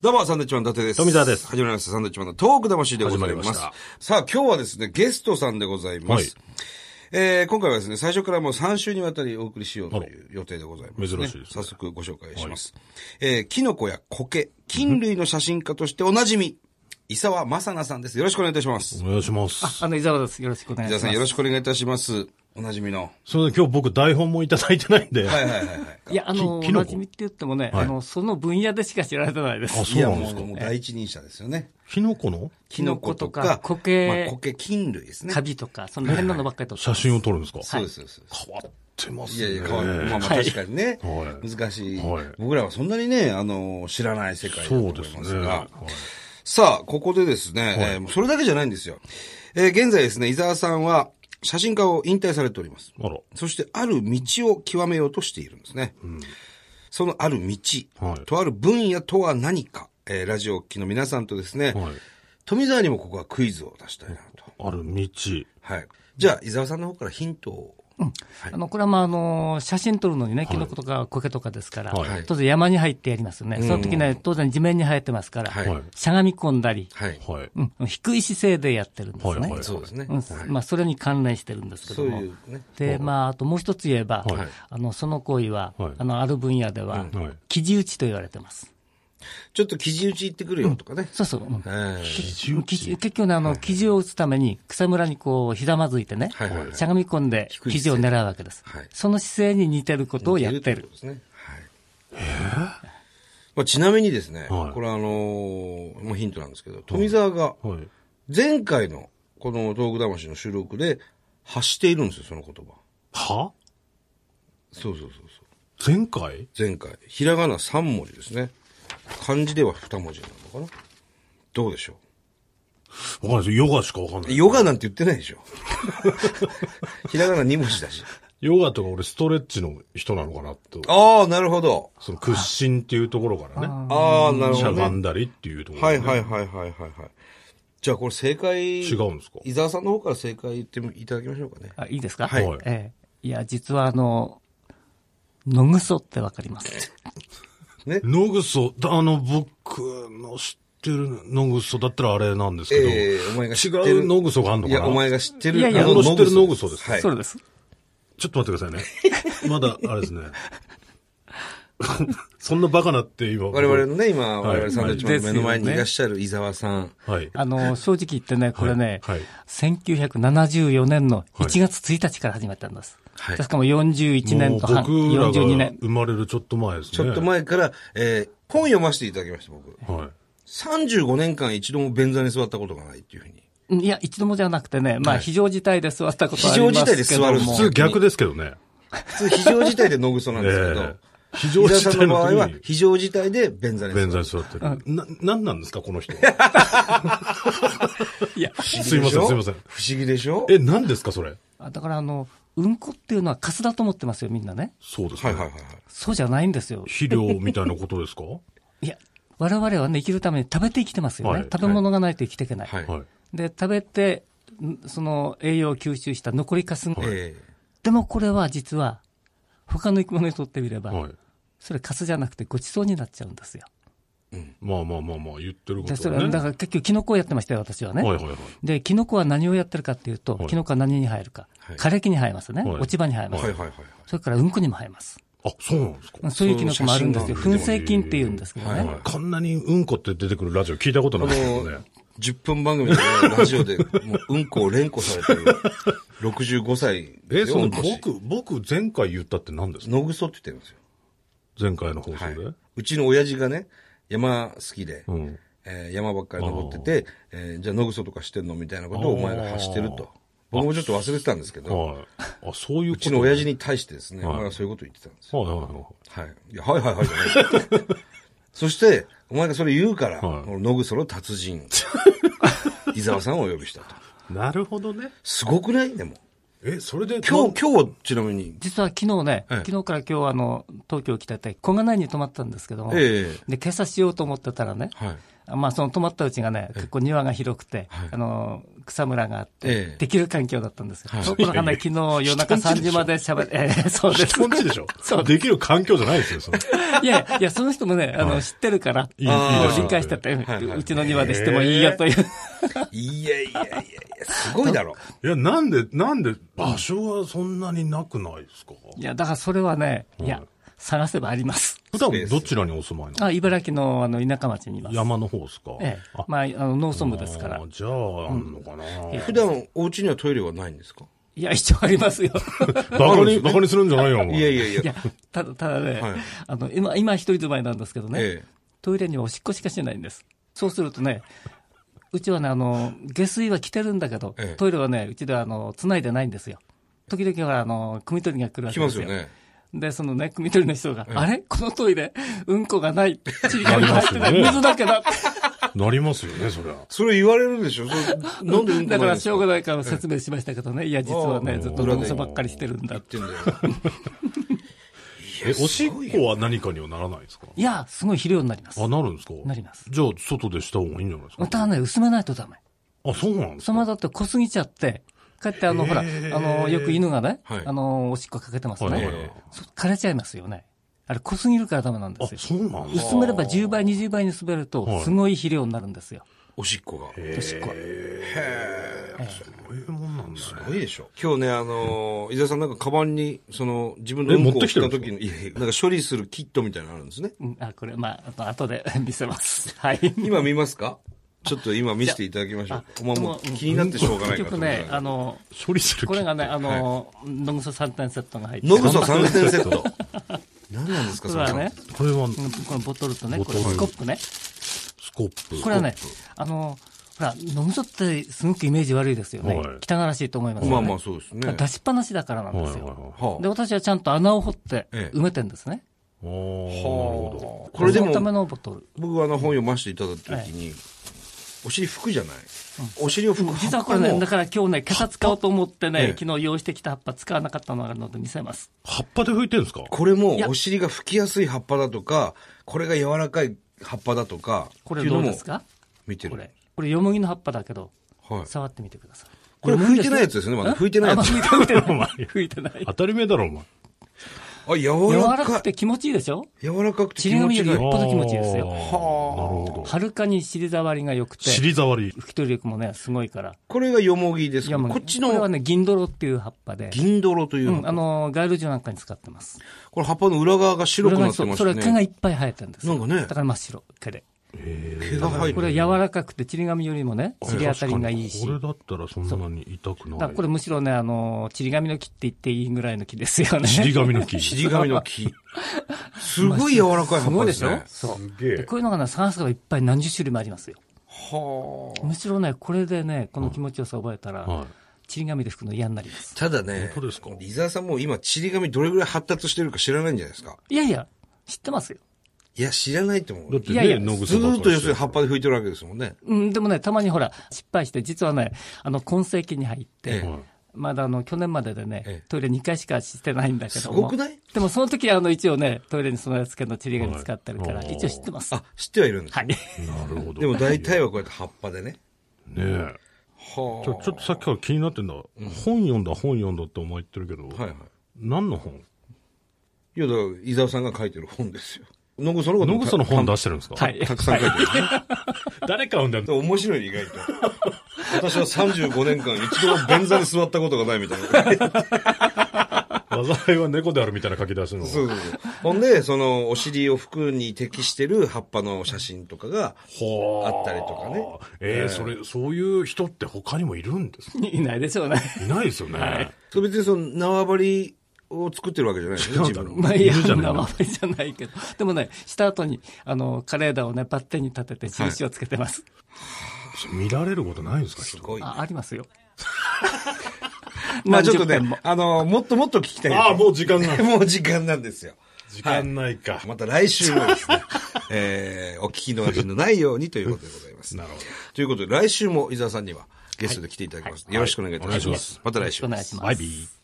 どうも、サンドウィッチマン伊達です。富澤です始まりました、サンドウィッチマンのトーク魂でござい始まま。りますしたさあ、今日はですね、ゲストさんでございます。えー今回はですね、最初からもう3週にわたりお送りしようという予定でございます、ね。珍しいです早ね速ご紹介します。えーキノコや苔、菌類の写真家としておなじみ、伊沢正奈さんです。よろしくお願いいたします。お願いします。あの、伊沢です。よろしくお願伊いし沢ます。さんよろしくお願いいたします。おなじみ の。それで今日僕台本もいただいてないんで。はいはいはいはい。いや、あの、おききのこなじみって言ってもね、はいあの、その分野でしか知られてないであ、す。そうなんですかいやもうもう第一人者ですよね。キノコのキノコとキかノ、コとか苔まあ、苔菌類ですね。カビとか、その変なのばっかりと。写真を撮るんですかそうです、そうです。変わってますいね。やいや、変わる。まあまあ確かにね。はい難しい,、はい僕らはそんなにね、あの、知らない世界だとそう思でいすまね。すが。はいさあ、ここでですね、えーもうそれだけじゃないんですよ。えー現在ですね、伊沢さんは写真家を引退されております。あら。そして、ある道を極めようとしているんですね。そのある道、はいとある分野とは何か、えーラジオをお聞きの皆さんとですね、はい富澤にもここはクイズを出したいなと。ある道。はい。じゃあ、伊沢さんの方からヒントを。あの、これはまあ、あの、写真撮るのにね、キノコとか苔とかですから、はい当然山に入ってやりますよね。その時ね、当然地面に生えてますから、はい。はいしゃがみ込んだり、はい。はい。うん、低い姿勢でやってるんですね。はいはいそうですね。うんまあ、それに関連してるんですけそうども。いうね。で、まあ、あともう一つ言えば、はいあの、その行為は、はいあの、ある分野では、はい記事打ちと言われてます。ちょっと記事打ち行ってくるよとかね。そうそう。うんええ基基準結局ね、あの、生地を打つために、草むらにこう、ひざまずいてね、はいはいはいしゃがみ込んで、い生地を狙うわけです、はいその姿勢に似てることをやってというるこ。とですね。はい。まあ、ちなみにですね、はいこれあのーもうヒントなんですけど、富澤がはい。前回のこの東北魂の収録で発しているんですよ、その言葉。はそうそうそうそう。前回前回。ひらがな3文字ですね。漢字では2文字なのかなどうでしょわかんないですヨガしかわかんなうい。ヨガなんて言ってないで しょひらがな2文字だし。ヨガとか俺ストレッチの人なのかなと。ああ、なるほど。その屈伸っていうところからね。ああ、なるほしど、ゃねが。んだりっていうところ。はいはいはいはいはいはい。じゃあこれ正解。違うんですか伊沢さんの方から正解言ってみいただきましょうかね。あいいですか、はいええいや、実はあの、のぐそってわかります。野ぐそ、あの、僕の知ってる野ぐそだったらあれなんですけど、ええお前が知ってる違う野ぐそがあんのいかなや、お前が知ってる。いやいあやの僕の知ってるノグソノグソですはい。そうです。ちょっと待ってくださいね。まだ、あれで すね。そんなバカなって今。我々のね、今、はい我々サンドウィッチマンの目の前にいらっしゃる伊沢さん。はい。あの、正直言ってね、これね、はいはい1974年の1月1日から始まったんです。はいですからもう41も年うと僕ら半、が42年。生まれるちょっと前ですね。ちょっと。前から、えー本読ませていただきました、僕。はい。 35年間一度も便座に座ったことがないっていうふうに。いや、一度もじゃなくてね、まあ、非常事態で座ったことはあり非常ま事すけども。態で座るんです普通逆ですけどね。普通非常事態でノグソなんですけど、ええ非伊常沢事さん態のの場合時はに非常事態で便座に座便る。座に座ってる。な、なんなんですか、この人。 いや、すいません、すいません。不思議でしょえ、何ですか、それ。あだからあの、うんこっていうのはカスだと思ってますよ、みんなね。そうですはね。いはいはいはい。そうじゃないんですよ。肥料みたいなことですか いや、我々はね、生きるために食べて生きてますよね。はい食べ物がないと生きていけない。はい。はい。で、食べて、んその栄養を吸収した残りカス、えでもこれは実は、他の生き物にとってみれば、はい。それカスじゃなくてごちそうになっちゃうんですよ。まあまあまあまあ、言ってるこで、そとれはね。だから結局キノコをやってましたよ、私はね。はいはいはい。で、キノコは何をやってるかっていうと、はいキノコは何に生えるか。はい枯れ木に生えますね。はい落ち葉に生えまえす。はいはいはいはい。それからうんこにも生えます。あ、そうなんですかそういうキノコもあるんですよ。そう粉砕菌って言うんですけどね。はいはいこんなにうんこって出てくるラジオ聞いたことなあいですけどのね。、 10分番組のねラジオで、もう、うんこを連呼されてる、65歳えですそよ。うのんこし僕、僕前回言ったって何ですかのぐそって言ってるんですよ。前回の放送はいで。。うちの親父がね、山好きで、うん。えー山ばっかり登ってて、えーじゃあのぐそとかしてんのみたいなことをお前が走ってると。僕もちょっと忘れてたんですけど、はい。あ、そういううことちの親父に。に対してですね、お前がそういうこと言ってたんですよ。はいはいははい。いや、はいはいはいじゃない。そして、お前がそれ言うから、はいこの野ぐその達人、伊沢さんをお呼びしたと。い。なるほどね。すごくないでも。え、それで、今日、今日はちなみに。実は昨日ね、ええ昨日から今日あの東京来てて、小金井に泊まったんですけども、ええで今朝しようと思ってたらね、はい。あまあ、その泊まったうちがね、結構庭が広くて、あの、草むらがあって、ええできる環境だったんですよ。ところがね、昨日夜中人ん3ちでしょ時まで喋って、ええそうです。人んちでしょそうできる環境じゃないですよ、それいやいやいや、その人もね、あの、知ってるから、いいいいですよ理解してて、はいはいうちの庭でしてもいいよという。いやいやいやいや、すごいだろ。いや、なんで、なんで、場所はそんなになくないですかいや、だからそれはね、いや、探せばあります。普段どちらにお住まいなあ茨城のあの田舎町にいまのす。山の方ですかええあ、まあ、あの農村部ですからあー。じゃあ、あんのかな、普段、お家にはトイレはないんですかいや、一応ありますよ。 バカに、バカにするんじゃないよ、お前いやいやいや。いや、ただ、ただね、はいあの、今、今一人住まいなんですけどね、ええトイレにはおしっこしかしないんです。そうするとね、うちはね、あの、下水は来てるんだけど、ええトイレはね、うちでは、あの、繋いでないんですよ。時々ほら、あの、組取りが来るわ来けまですすよ。よね。で、そのね、組取りの人が、あれこのトイレ、うんこがない。ちり紙が入ってななりい。ますよね水だけだって。なりますよね、そりゃ。それ言われるでしょそれなんで うんこないんですだから、しょうがないから説明しましたけどね、いや、実はあね、あずっと農村ばっかりしてるんだ言っ。てんだよ。え、おしっこは何かにはならないですかいや、すごい肥料になりますあ、。なるんですかなりますじゃあ、外でした方がいいんじゃないですかまたね、薄めないとダメ。あ、そうなんですかそのままだって濃すぎちゃって、かえってあの、へーほら、あの、よく犬がね、はいあの、おしっこかけてますはいねはいはい。そう枯れちゃいますよね。あれ濃すぎるからダメなんであ、すよ。そうなんです薄かめれば10倍、20倍に滑るとい、すごい肥料になるんですよ。おしっこが。おしっこは。そういうもんなんだね。すごいでしょ今日ね、あのー伊沢さんなんかカバンに、その、自分のうんこを送った時の、いやいや、なんか処理するキットみたいなのあるんですね。うんあ、これ、まあ、あと後で 見 せます。はい。今見ますかちょっと今見せていただきましょう。お前もう気になってしょうがない結からと局思って。ね、あの、処理するこれがね、あの、ノグソ3点セットが入って。ノグソ3点セット。何なんですか、こそれれ。はね、これは、うんこのボトルとね、ボこトれルスコップね。スコップ。これはねスコッ、あの、ほら、飲むぞってすごくイメージ悪いですよね。はい汚らしいと思いますよまね。あまあそうですね。出しっぱなしだからなんプ。ではいすはいよ。はい。あはあで、私はちゃんと穴を掘ってええ埋めてんですね。あー、なるほこれでそのたも、めのボトル。僕はあの本読ませていただいた時に、お尻拭くじゃない。お尻を拭く葉っぱも。実はこれね、だから今日ね、今朝使おうと思ってえねえ、昨日用意してきた葉っぱ使わなかったのがあるので見せます。ど。葉っぱで拭いてるんですかこれもいやお尻が拭きやすい葉っぱだとか、これが柔らかい葉っぱだとか、これどうでっすていのもか見てる。これ。これ、よもぎの葉っぱだけど、はい。触ってみてください。これ拭いてないやつですねまだあ拭いてないやつあまあ拭い てない。拭いてない。当たり前だろ、お前。あ、柔柔らからかくい。て気持ちいいでしょ柔らかくてち気り持紙ちよりがいよいっ。ぽど気持ちいいですあーなよ。るほはるかに尻触りが良くてど。、尻触り。拭き取り力もね、すごいから。これがよもぎですいけやど、もうこっちこれはのね、銀泥っていう葉っぱで。銀泥といううん、あの。の、街路樹なんかに使ってます。これ葉っぱの裏側が白くなってそまうすそれは毛がね。いっぱい生えてるんですよなんかねだから真っ白、毛で。毛が入こる。れ柔らかくて、ちり紙よりもね、ちり当たりがいいし。これだだったらそんなに痛くかならいこ。れむしろね、あの、ちり紙の木って言っていいぐらいの木で すよね。尻紙の木。尻紙の 木。すごい柔らかい葉すっごぱいでですしょね。そう。げえでこういうのがね、探せばいっぱい何十種類もありますよ。はあ。むしろね、これでね、この気持ちよさ覚えたらはい、ちり紙で拭くの嫌になります。ただね、本当ですか伊沢さんもう今、ちり紙どれぐらい発達してるか知らないんじゃないですか。いやいや、知ってますよ。いや、知らないと思うだっ。ていやいね、や野ず草だーっと要するに葉葉っっぱで拭いてるわけですもんね。うん、でもね、たまにほら、失敗して、実はね、あの、今世紀に入って、ええまだあの去年まででえねえ、トイレ2回しかしてないんだけども。すごくないでもその時はあの一応ね、トイレに備え付けのちり紙使ってるから、はい一応知ってます。はあ、知ってはいるんですねい。ぱ。なるほど。でも大体はこうやって葉っぱでね。ねえ。はちょ、ちょっとさっきから気になってんだ。本読んだ、本読んだってお前言ってるけど。はいはい。何の本いや、だから、伊沢さんが書いてる本ですよ。野口さんの野こと草の本出してるんですかはい。たくさん書いてる。誰か読んだでも面白いね、意外と。私は35年間一度も便座に座ったことがないみたいな。災いは猫であるみたいな書き出しの。そうそうそう。ほんで、その、お尻を服に適してる葉っぱの写真とかが、ほあったりとかね。えーそれ、そういう人って他にもいるんですかいないでし ょうね。いないですよね。それ別にその縄張りを作ってるわけじゃないですね、違う自んだろ分うの。まあいや、いるじゃない生張りじゃないけど。でもね、した後に、あの、枯れ枝をね、バッテンに立てて印をつけてます。それ見られることないんですかす人。ごい。あ、ありますよ。 まあちょっと何十ね件、あの、もっともっと聞きたいです。ああ、もう時間ない。もう時間なんですよ。時間ないか。また来週もですね、えー、お聞き逃しのないようにということでございます。なるほど。ということで、来週も伊沢さんにはゲストで来ていただきます。よろしくお願いいたします。はいお願いしますまたよろ来し週くおで願いすし。ます。バイビー。